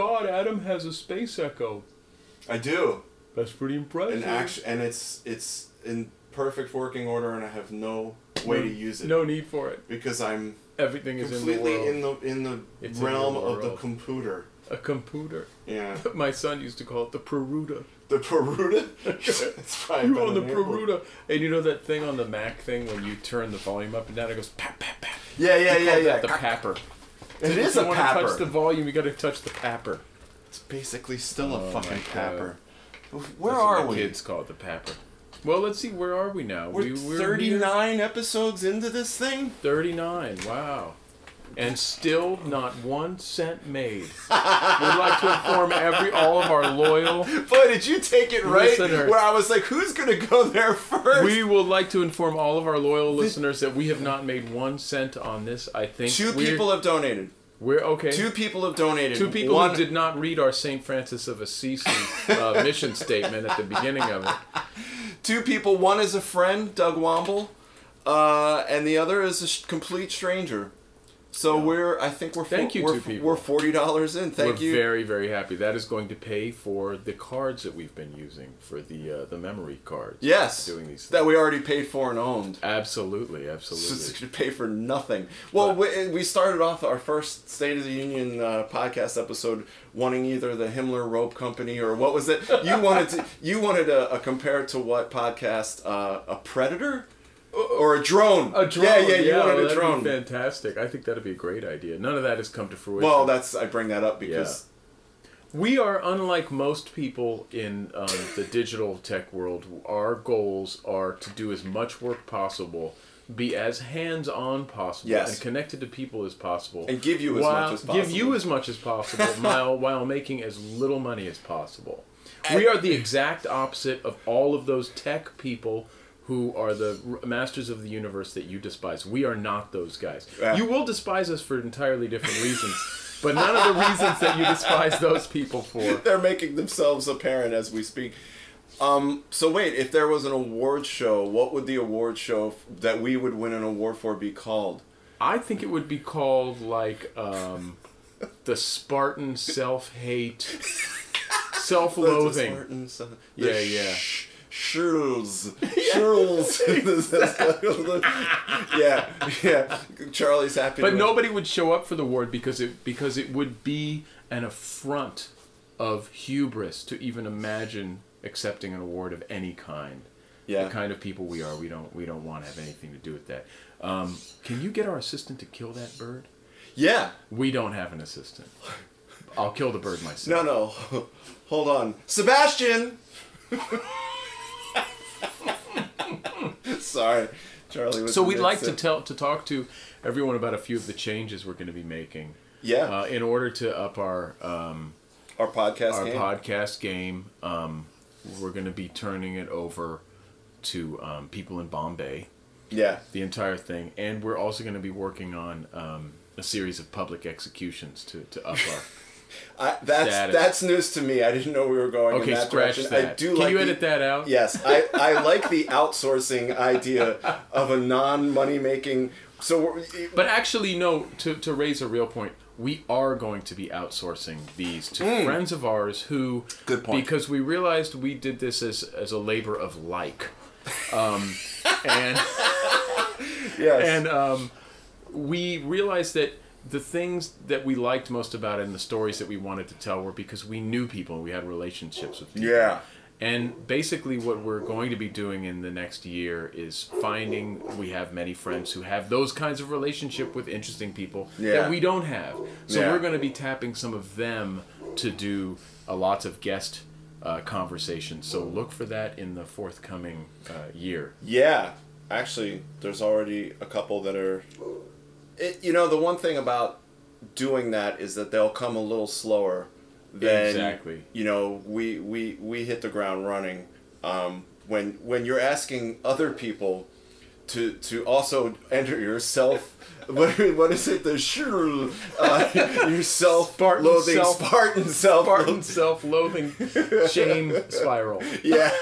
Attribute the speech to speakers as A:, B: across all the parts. A: Oh has a space echo.
B: I do.
A: That's pretty impressive.
B: And act- and it's it's in perfect working order, and I have no way to use it
A: No need for it.
B: because I'm
A: Everything is in the
B: completely
A: world.
B: in the in the
A: It's in
B: realm
A: the
B: of the
A: world.
B: computer.
A: a computer.
B: Yeah,
A: My son used to call it the Peruta.
B: the Peruta. That's probably
A: You
B: been
A: on the
B: an apple.
A: Peruta, and you know that thing on the Mac thing when you turn the volume up and down, it goes pap pap pap.
B: Yeah, yeah,
A: He
B: yeah,
A: called
B: yeah.
A: that The papper.
B: it
A: if
B: is a
A: you want to touch the
B: papper.
A: volume, you got to touch the papper.
B: It's basically still a
A: Oh
B: fucking
A: my
B: papper. Where
A: That's what
B: are
A: the
B: we?
A: Kids call it the papper. Well, let's see. Where are we now?
B: We're
A: we, are
B: 39 episodes into this thing?
A: Thirty-nine. Wow. And still not one cent made. We'd like to inform every all of our loyal
B: Boy, did you take it right
A: Listeners.
B: where I was like, who's gonna go there first?
A: We would like to inform all of our loyal listeners that we have not made one cent on this. I think
B: Two
A: we're,
B: people have donated.
A: We're okay.
B: Two people have donated.
A: Two people
B: One,
A: who did not read our St. Francis of Assisi uh, mission statement at the beginning of it.
B: Two people. One is a friend, Doug Womble, uh, and the other is a sh- complete stranger. So we're. I think we're. fo-
A: Thank you,
B: we're,
A: two
B: f-
A: people.
B: We're forty dollars in. Thank
A: We're
B: you.
A: very, very happy. That is going to pay for the cards that we've been using for the uh, the memory cards.
B: yes.
A: Doing these
B: that
A: things.
B: we already paid for and owned.
A: absolutely,
B: So it's
A: absolutely.
B: going to pay for nothing. Well, we, eh, we started off our first State of the Union uh, podcast episode wanting either the Himmler Rope Company or what was it? You wanted to, you wanted a, a compare to what podcast? Uh, a predator or a drone?
A: Uh, A drone.
B: Yeah, yeah. You
A: well,
B: wanted a
A: that'd be
B: drone.
A: fantastic. I think that'd be a great idea. None of that has come to fruition.
B: Well, that's I bring that up because
A: We are unlike most people in um, the digital tech world. Our goals are to do as much work possible, be as hands-on possible,
B: Yes.
A: and connected to people as possible,
B: And give you as much
A: while-
B: as
A: Give you
B: possible.
A: as much as possible, while while making as little money as possible. we are the exact opposite of all of those tech people. Who are the r- masters of the universe that you despise? We are not those guys.
B: Yeah.
A: You will despise us for entirely different reasons, but none of the reasons that you despise those people for.
B: they're making themselves apparent as we speak. Um, so wait, if there was an award show, what would the award show f- that we would win an award for be called?
A: I think it would be called like um, the Spartan self hate, self loathing.
B: The
A: Yeah, yeah.
B: sh- Shrills. Shrills. yeah, yeah. Charlie's happy.
A: But
B: to-
A: nobody would show up for the award because it because it would be an affront of hubris to even imagine accepting an award of any kind.
B: Yeah.
A: The kind of people we are, we don't we don't want to have anything to do with that. Um, can you get our assistant to kill that bird?
B: Yeah.
A: We don't have an assistant. I'll kill the bird myself.
B: No, no. Hold on. Sebastian! Sorry. Charlie was
A: So we'd
B: mixed
A: like to
B: up.
A: tell to talk to everyone about a few of the changes we're going to be making
B: Yeah.
A: uh, in order to up our um,
B: our podcast
A: our
B: game.
A: podcast game. Um, we're going to be turning it over to um, people in Bombay,
B: yeah.
A: the entire thing, and we're also going to be working on um, a series of public executions to to up our.
B: I, that's
A: Status.
B: that's news to me. I didn't know we were going in
A: Okay,
B: that
A: scratch
B: direction.
A: that.
B: I do
A: Can
B: like
A: you
B: the-
A: edit that out?
B: Yes, I, I like the outsourcing idea of a non money making. So we're,
A: But actually, no. To to raise a real point, we are going to be outsourcing these to friends of ours who.
B: Mm. Good point.
A: Because we realized we did this as as a labor of like, um, and
B: yes,
A: and um, we realized that the things that we liked most about it and the stories that we wanted to tell were because we knew people and we had relationships with people.
B: Yeah.
A: And basically, what we're going to be doing in the next year is finding we have many friends who have those kinds of relationship with interesting people
B: Yeah.
A: that we don't have. So
B: Yeah.
A: we're going to be tapping some of them to do a lots of guest uh, conversations. So look for that in the forthcoming uh, year.
B: Yeah, actually, there's already a couple that are. It, you know, the one thing about doing that is that they'll come a little slower than
A: Exactly.
B: you know we we we hit the ground running um, when when you're asking other people to to also enter yourself. What, what is it? The shul, uh, yourself,
A: Spartan
B: loathing,
A: self-
B: Spartan self,
A: Spartan self-loathing shame spiral.
B: yeah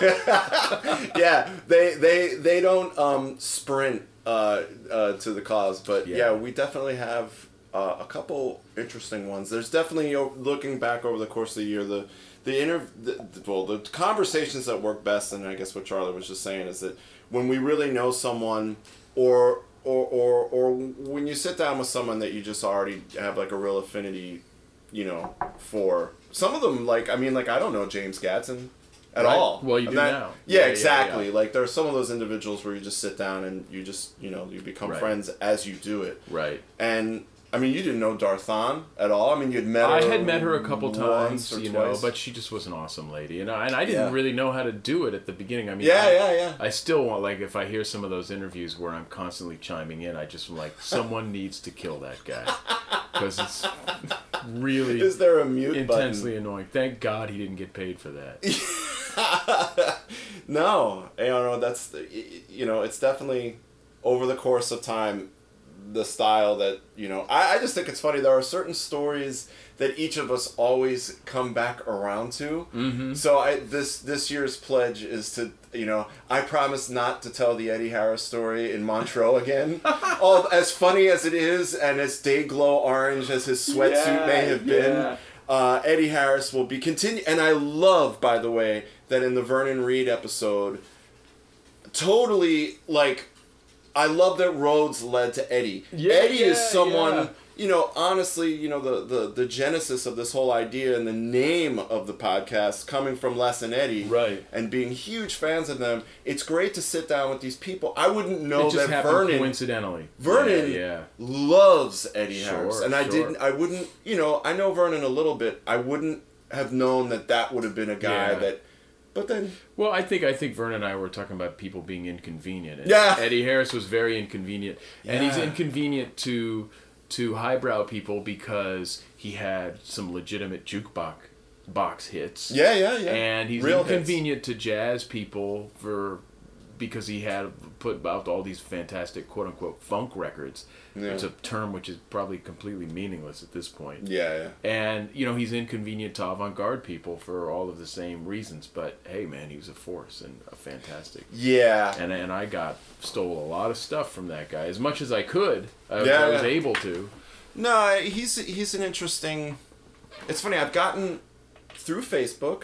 B: yeah they they they don't um sprint uh uh to the cause but yeah,
A: Yeah.
B: we definitely have uh, a couple interesting ones. There's definitely you know, looking back over the course of the year the the inter the, well the conversations that work best, and I guess what Charlie was just saying is that when we really know someone or or, or, or when you sit down with someone that you just already have like a real affinity, you know, for some of them, like, I mean, like, I don't know James Gatson at
A: Right.
B: all.
A: Well, you
B: And
A: do
B: that-
A: now.
B: Yeah,
A: Yeah, yeah,
B: exactly.
A: yeah.
B: Like, there are some of those individuals where you just sit down and you just, you know, you become
A: Right.
B: friends as you do it.
A: Right.
B: And, I mean, you didn't know Darthon at all. I mean, you'd met
A: I
B: her.
A: had met her a couple
B: once
A: times,
B: or
A: you
B: twice.
A: know, but she just was an awesome lady, and I, and I didn't
B: Yeah.
A: really know how to do it at the beginning. I mean,
B: Yeah,
A: I,
B: yeah, yeah.
A: I still want like if I hear some of those interviews where I'm constantly chiming in, I just am like someone needs to kill that guy because it's really
B: Is there a mute
A: intensely annoying. Thank God he didn't get paid for that.
B: button? No. You know, that's, the- y- you know, it's definitely over the course of time the style that you know I, I just think it's funny there are certain stories that each of us always come back around to mm-hmm. so i this this year's pledge is to you know i promise not to tell the eddie harris story in montreux again all as funny as it is and as day glow orange as his sweatsuit
A: Yeah,
B: may have been
A: yeah.
B: uh, eddie harris will be continue and i love by the way that in the vernon reed episode totally like I love that Rhodes led to Eddie.
A: Yeah,
B: Eddie is
A: yeah,
B: someone
A: yeah.
B: you know, honestly, you know, the, the the genesis of this whole idea and the name of the podcast coming from Les and Eddie.
A: Right.
B: And being huge fans of them, it's great to sit down with these people. I wouldn't know
A: it just
B: that
A: happened
B: Vernon
A: coincidentally.
B: Vernon
A: yeah, yeah.
B: loves Eddie
A: Sure,
B: Harris, and I
A: sure.
B: didn't. I wouldn't. You know, I know Vernon a little bit. I wouldn't have known that that would have been a guy
A: Yeah.
B: that. But then,
A: Well, I think I think Vern and I were talking about people being inconvenient. And
B: Yeah.
A: Eddie Harris was very inconvenient, and he's
B: Yeah.
A: inconvenient to to highbrow people because he had some legitimate jukebox box hits.
B: yeah, yeah, yeah.
A: And he's
B: Real hits.
A: inconvenient to jazz people for because he had put out all these fantastic quote unquote funk records.
B: Yeah.
A: It's a term which is probably completely meaningless at this point
B: Yeah, yeah.
A: and you know he's inconvenient to avant-garde people for all of the same reasons but hey man he was a force and a fantastic
B: Yeah.
A: and and i got stole a lot of stuff from that guy as much as i could as
B: Yeah,
A: i was
B: yeah.
A: able to
B: No, he's he's an interesting. It's funny. I've gotten through Facebook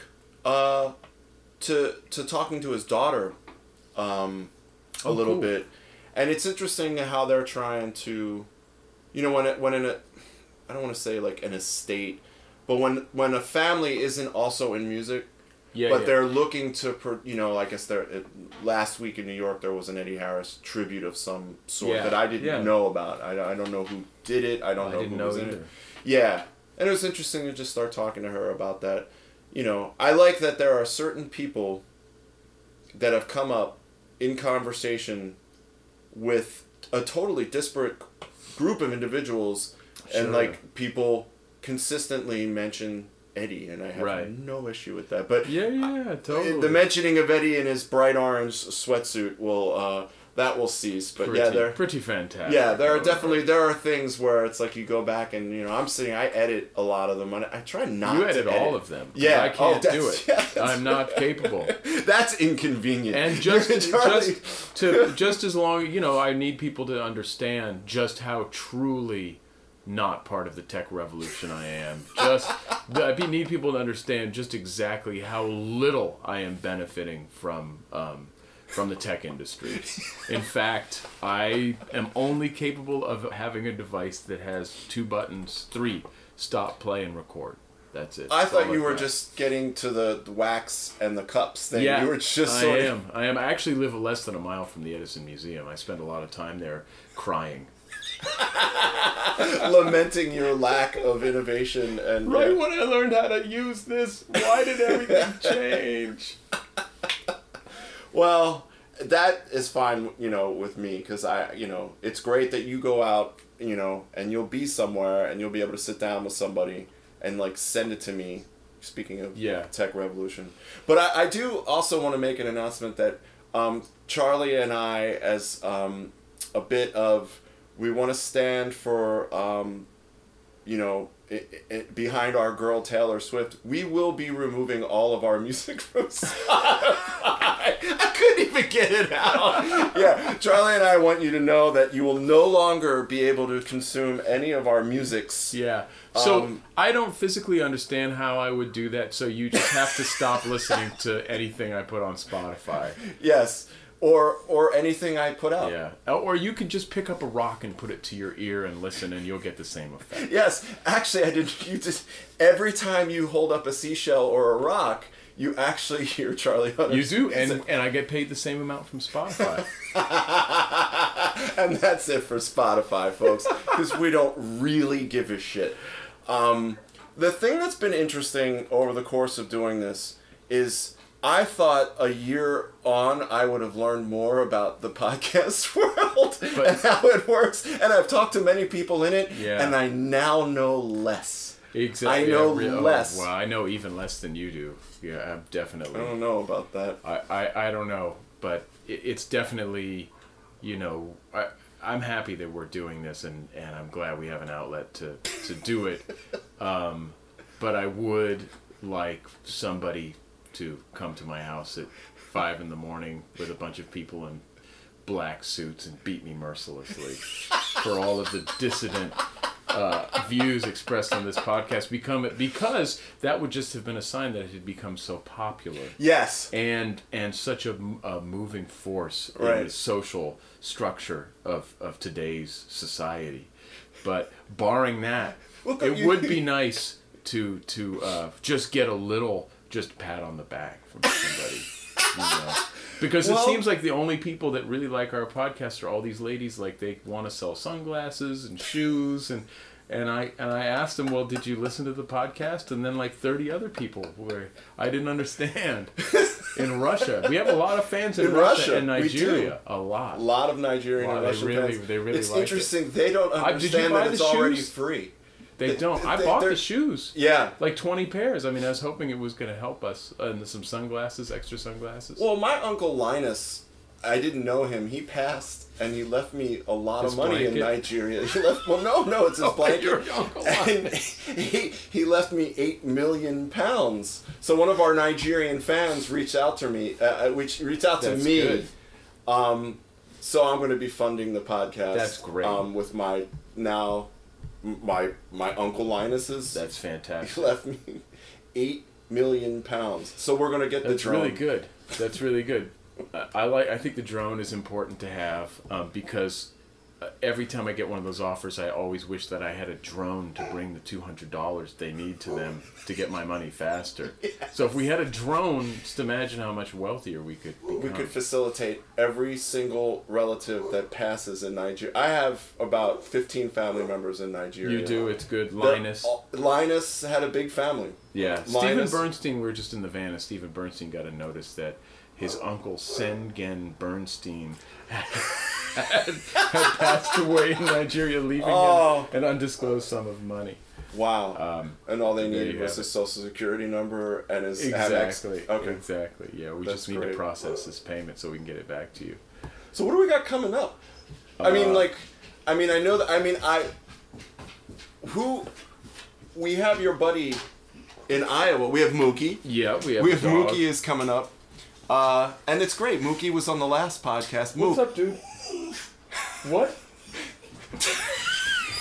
B: uh, to to talking to his daughter um, a
A: Oh,
B: little
A: cool.
B: bit, and it's interesting how they're trying to, you know, when it, when in a, I don't want to say like an estate, but when when a family isn't also in music,
A: yeah
B: but
A: yeah.
B: they're looking to, pro- you know, I guess there. it- Last week in New York, there was an Eddie Harris tribute of some sort
A: Yeah,
B: that I didn't
A: yeah.
B: know about. I, I don't know who did it. I don't
A: I
B: know
A: didn't
B: who
A: know
B: was in it.
A: either.
B: Yeah, and it was interesting to just start talking to her about that. You know, I like that there are certain people that have come up in conversation with a totally disparate group of individuals,
A: Sure.
B: and like people consistently mention Eddie, and I have
A: Right.
B: no issue with that. But
A: yeah yeah totally
B: the mentioning of Eddie in his bright orange sweatsuit will uh, that will cease. But
A: pretty,
B: yeah, there
A: pretty fantastic
B: yeah there are
A: though.
B: definitely there are things where it's like you go back and you know I'm sitting I edit a lot of them and I try not
A: you
B: to
A: edit all of them 'cause
B: Yeah,
A: i
B: oh,
A: can't do it
B: that's- yeah, that's
A: i'm not capable
B: that's inconvenient
A: and just
B: Charlie-
A: just to just as long you know i need people to understand just how truly not part of the tech revolution i am just i be- need people to understand just exactly how little i am benefiting from um, from the tech industry in fact i am only capable of having a device that has two buttons three stop play and record that's it
B: I
A: That's
B: thought
A: all
B: you
A: I've
B: were
A: got.
B: just getting to the wax and the cups thing you were just
A: I
B: sort of
A: am. I am. I actually live less than a mile from the Edison Museum. I spend a lot of time there crying.
B: lamenting your lack of innovation and yeah.
A: when I learned how to use this, why did everything change?
B: Well, that is fine, you know, with me because I, you know, it's great that you go out, you know, and you'll be somewhere and you'll be able to sit down with somebody and like send it to me. Speaking of
A: Yeah.
B: tech revolution, but I, I do also want to make an announcement that um, Charlie and I, as um, a bit of, we want to stand for, um, you know, i i behind our girl Taylor Swift, we will be removing all of our music from Spotify. I couldn't even get it out. yeah, Charlie and I want you to know that you will no longer be able to consume any of our musics.
A: Yeah. So
B: Um,
A: I don't physically understand how I would do that. So you just have to stop listening to anything I put on Spotify.
B: Yes, or or anything I put out.
A: Yeah. Or you could just pick up a rock and put it to your ear and listen, and you'll get the same effect.
B: Yes, actually, I did. You just every time you hold up a seashell or a rock, you actually hear Charlie Hunter.
A: You do, and and I get paid the same amount from Spotify.
B: and that's it for Spotify, folks, because we don't really give a shit. Um, the thing that's been interesting over the course of doing this is I thought a year on I would have learned more about the podcast world
A: But-
B: and how it works, and I've talked to many people in it,
A: Yeah.
B: and I now know less.
A: Exactly.
B: I know
A: re- oh,
B: less.
A: well, I know even less than you do. Yeah, I'm definitely.
B: I don't know about that.
A: I, I, I don't know, but it, it's definitely, you know, I, I'm happy that we're doing this, and, and I'm glad we have an outlet to, to do it. Um, but I would like somebody to come to my house at five in the morning with a bunch of people in black suits and beat me mercilessly for all of the dissident uh, views expressed on this podcast become because that would just have been a sign that it had become so popular
B: Yes.
A: and and such a, m- a moving force in the
B: Right.
A: social structure of, of today's society. But barring that, it
B: you-
A: would be nice to to uh, just get a little just pat on the back from somebody, you know. Because
B: Well-
A: it seems like the only people that really like our podcast are all these ladies. Like they want to sell sunglasses and shoes and. And I and I asked them, well, did you listen to the podcast? And then like thirty other people where I didn't understand in Russia. We have a lot of fans in,
B: In
A: Russia,
B: Russia,
A: and
B: we do.
A: Nigeria. A lot.
B: A lot of Nigerian
A: Wow,
B: and
A: they
B: Russian
A: really-
B: fans.
A: they really
B: it's
A: like it.
B: interesting. They don't
A: I- did you
B: understand
A: buy
B: that it's
A: the
B: already
A: shoes?
B: free.
A: They don't. I
B: they-
A: bought the
B: they're-
A: shoes.
B: Yeah.
A: Like 20 pairs. I mean, I was hoping it was going to help us. And some sunglasses, extra sunglasses.
B: Well, my uncle Linus, I didn't know him. He passed, and he left me a lot
A: His
B: of money in
A: blanket? Oh,
B: Nigeria. He left. Well, no, no, it's his blanket.
A: your Uncle
B: and he he left me eight million pounds. So one of our Nigerian fans reached out to me, uh, uh, which reached out
A: That's
B: to me.
A: good.
B: Um, so I'm going to be funding the podcast.
A: That's great.
B: Um, with my now, m- my my uncle Linus's.
A: That's
B: he
A: fantastic.
B: left me eight million pounds. So we're going to get the
A: That's
B: drone.
A: really good. That's really good. I, I like. I think the drone is important to have um, because uh, every time I get one of those offers, I always wish that I had a drone to bring the two hundred dollars they need to them to get my money faster. So if we had a drone, just imagine how much wealthier we could. Become.
B: we could facilitate every single relative that passes in Nigeria. I have about 15 family members in Nigeria.
A: You do. It's good.
B: They're-
A: Linus.
B: all- Linus had a big family.
A: Yeah, Stephen
B: Linus-
A: Bernstein. We were just in the van, and Stephen Bernstein got a notice that his uncle Sengen Bernstein had, had passed away in Nigeria, leaving
B: Oh.
A: him an undisclosed sum of money.
B: Wow. and all they
A: Um, you
B: needed was
A: have
B: his social security number and his Amex.
A: Exactly.
B: Okay.
A: Exactly. Yeah, we
B: That's
A: just need to
B: great.
A: process this payment so we can get it back to you.
B: So what do we got coming up? I
A: Uh,
B: mean, like, I mean, I know that. I mean, I who we have your buddy in Iowa. We have Mookie.
A: Yeah, we have.
B: We
A: a
B: have
A: dog.
B: Mookie is coming up. Uh, and it's great. Mookie was on the last podcast. Mook,
A: What's up, dude? What?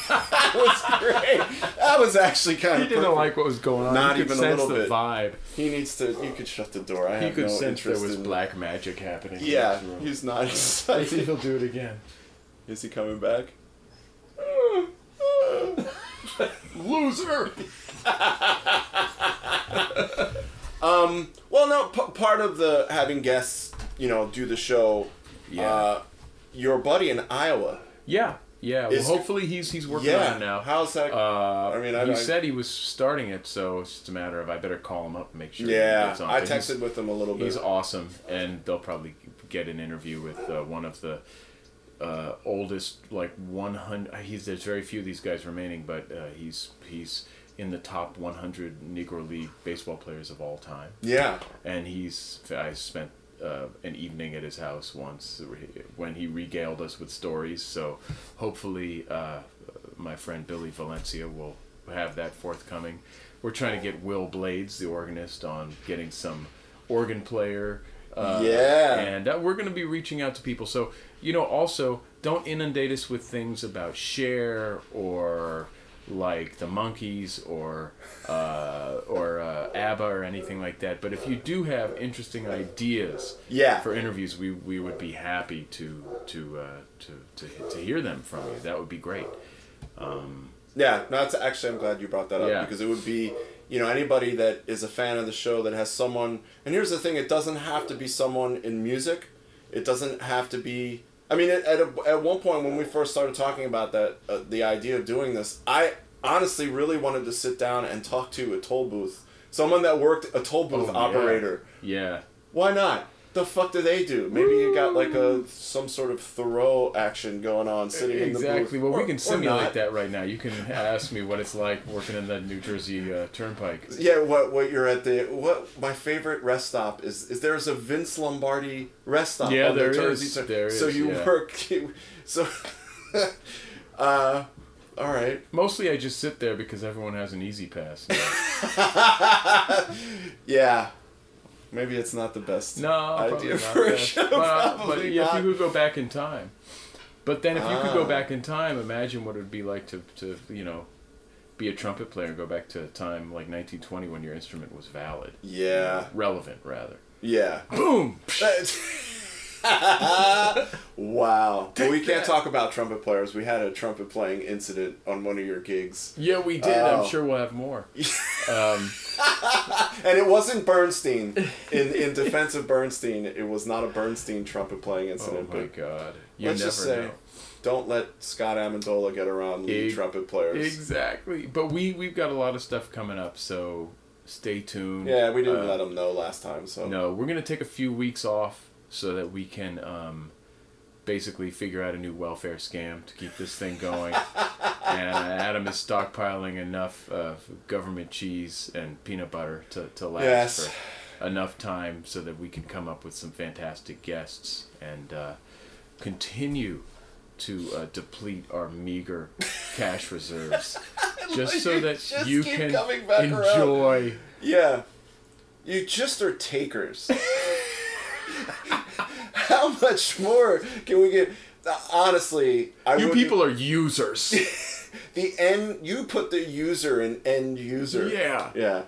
B: That was actually kind
A: He
B: of.
A: didn't
B: perfect.
A: like what was going on.
B: Not
A: he could
B: even a
A: sense
B: little
A: the
B: bit.
A: vibe.
B: He needs to. You could shut the door. I
A: He
B: have
A: could
B: no
A: sense there
B: interest
A: was
B: in.
A: black magic happening. in
B: Yeah,
A: this room.
B: he's not
A: Let's see if
B: excited.
A: he'll do it again.
B: Is he coming back?
A: Loser.
B: Well, no. P- part of the having guests, you know, do the show.
A: Yeah.
B: Uh, your buddy in Iowa.
A: Yeah, yeah.
B: Is-
A: well, hopefully he's he's working
B: Yeah.
A: on it now.
B: How's that?
A: uh,
B: I mean, I
A: he
B: don't-
A: said he was starting it, so it's just a matter of I better call him up and make sure. he
B: yeah,
A: gets on.
B: I
A: But
B: texted with him a little
A: He's,
B: bit.
A: he's awesome, and they'll probably get an interview with uh, one of the uh, oldest, like 100. He's there's very few of these guys remaining, but uh, he's he's in the top 100 Negro League baseball players of all time
B: Yeah.
A: and he's I spent uh, an evening at his house once when he regaled us with stories. So hopefully, uh, my friend Billy Valencia will have that forthcoming. We're trying to get Will Blades, the organist, on getting some organ player. Uh,
B: Yeah.
A: And uh, we're going to be reaching out to people. So, you know, also, don't inundate us with things about Cher or like the Monkeys or uh, or uh, ABBA or anything like that. But if you do have interesting ideas
B: Yeah.
A: for interviews, we, we would be happy to to, uh, to to to hear them from you. That would be great.
B: Yeah, no, that's actually I'm glad you brought that up
A: Yeah.
B: because it would be you know anybody that is a fan of the show that has someone and here's the thing it doesn't have to be someone in music it doesn't have to be i mean at, at, a, at one point when we first started talking about that uh, the idea of doing this i honestly really wanted to sit down and talk to a toll booth someone that worked a toll booth
A: Oh, yeah.
B: operator
A: Yeah.
B: why not? The fuck do they do? Maybe you got like a some sort of Thoreau action going on sitting in the
A: Exactly.
B: booth.
A: Well,
B: Or-
A: we
B: or
A: can simulate
B: not.
A: that right now. You can ask me what it's like working in the New Jersey uh, Turnpike.
B: Yeah, what what you're at the what my favorite rest stop is is there's a Vince Lombardi rest stop
A: Yeah,
B: on
A: there
B: the Jersey
A: is.
B: Circuit.
A: There is,
B: so you
A: yeah.
B: work so uh all right.
A: Mostly, I just sit there because everyone has an easy pass.
B: Yeah. Maybe it's not the best
A: No, probably
B: idea
A: not
B: for a
A: that.
B: show.
A: Well,
B: probably
A: but yeah,
B: not.
A: if you could go back in time. But then, if you could go
B: Ah.
A: back in time, imagine what it would be like to, to you know, be a trumpet player and go back to a time like 1920 when your instrument was valid,
B: yeah.
A: relevant rather.
B: Yeah.
A: Boom.
B: wow. But we can't talk about trumpet players. We had a trumpet playing incident on one of your gigs.
A: Yeah, we did.
B: Oh.
A: I'm sure we'll have more. um,
B: And it wasn't Bernstein. In in defense of Bernstein, it was not a Bernstein trumpet playing
A: oh
B: incident.
A: my
B: but
A: God! You
B: let's
A: never
B: just say,
A: know.
B: don't let Scott Amendola get around lead
A: Ex-
B: trumpet players.
A: Exactly. But we we've got a lot of stuff coming up, so stay tuned.
B: yeah, we didn't
A: Uh,
B: let him know last time. So
A: No, we're gonna take a few weeks off so that we can um, basically figure out a new welfare scam to keep this thing going. and Adam is stockpiling enough uh, government cheese and peanut butter to to last
B: Yes.
A: for enough time so that we can come up with some fantastic guests and uh, continue to uh, deplete our meager cash reserves. Just so
B: You
A: that
B: just
A: you
B: keep
A: can
B: coming back around.
A: enjoy.
B: yeah, you just are takers. How much more can we get? Honestly, I
A: You
B: wouldn't-
A: people are users.
B: The end. You put the user in end user.
A: Yeah.
B: Yeah.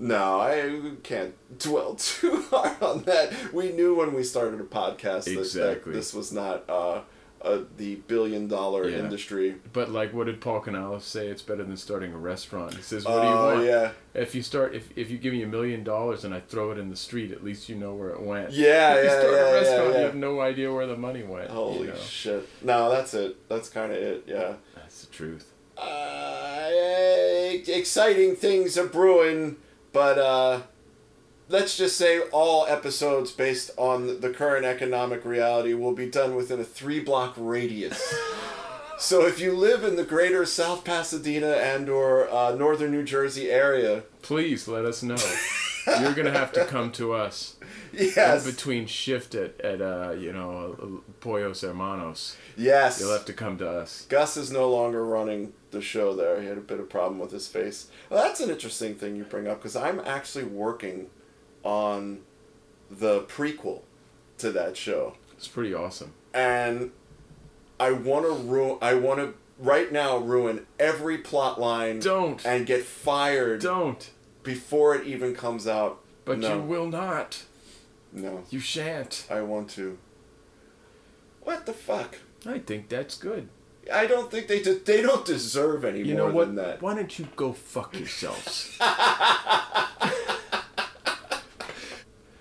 B: No, I can't dwell too hard on that. We knew when we started a podcast that,
A: Exactly.
B: that this was not uh, uh, the billion dollar
A: Yeah.
B: industry.
A: But like, what did Paul Canales say? It's better than starting a restaurant. He says, "What do you
B: Oh,
A: want?
B: yeah.
A: If you start, if, if you give me a million dollars and I throw it in the street, at least you know where it went.
B: Yeah,
A: If you
B: yeah,
A: start
B: yeah,
A: a
B: yeah,
A: restaurant,
B: yeah.
A: you have no idea where the money went. you
B: Holy
A: know?
B: shit. No, that's it. That's kind of it, yeah.
A: That's the truth.
B: Uh, eh, exciting things are brewing, but uh, let's just say all episodes based on the current economic reality will be done within a three block radius. so if you live in the greater South Pasadena and or uh, northern New Jersey area,
A: Please let us know. You're gonna have to come to us
B: yes,
A: in between shift at at uh, you know Poyos Hermanos.
B: yes,
A: You'll have to come to us.
B: Gus is no longer running the show there. He had a bit of problem with his face. Well, that's an interesting thing you bring up because I'm actually working on the prequel to that show,
A: It's pretty awesome.
B: and I want to ruin. I want to right now ruin every plot line
A: Don't
B: and get fired
A: don't.
B: before it even comes out.
A: But
B: no,
A: you will not.
B: no,
A: You shan't.
B: I want to. What the fuck?
A: I think that's good.
B: I don't think they de- they don't deserve any
A: You
B: more
A: know what?
B: than that.
A: Why don't you go fuck yourselves?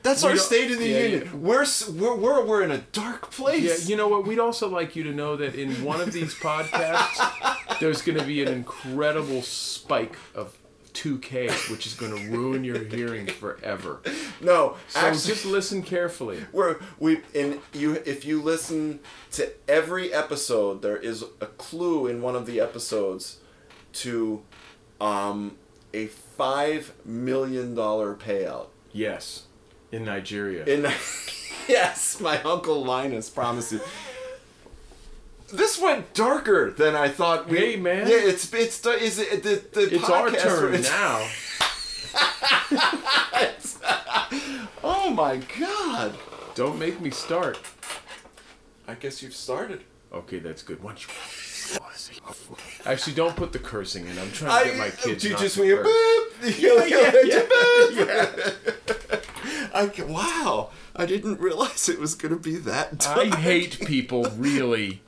B: That's
A: We
B: our
A: don't-
B: State of the
A: yeah,
B: Union. We're, s- we're we're we're in a dark
A: yeah,
B: place.
A: you know what? We'd also like you to know that in one of these podcasts, there's going to be an incredible spike of 2K, which is going to ruin your hearing forever.
B: no,
A: So
B: actually,
A: just listen carefully.
B: we're we in you. If you listen to every episode, there is a clue in one of the episodes to um, a five million dollar payout.
A: Yes, in Nigeria.
B: In yes, my uncle Linus promised you. This went darker than I thought. We,
A: Hey, man.
B: Yeah, it's it's is it the, the
A: It's our
B: podcast-
A: turn
B: it's-
A: now.
B: Oh my god!
A: Don't make me start.
B: I guess you've started.
A: Okay, that's good. Once you actually don't put the cursing in. I'm trying
B: I
A: to get my kids.
B: you
A: not
B: just
A: to
B: went
A: curse.
B: boop. You like,
A: yeah,
B: you
A: yeah.
B: boop. I ca- wow! I didn't realize it was gonna be that.
A: I
B: dark.
A: hate people really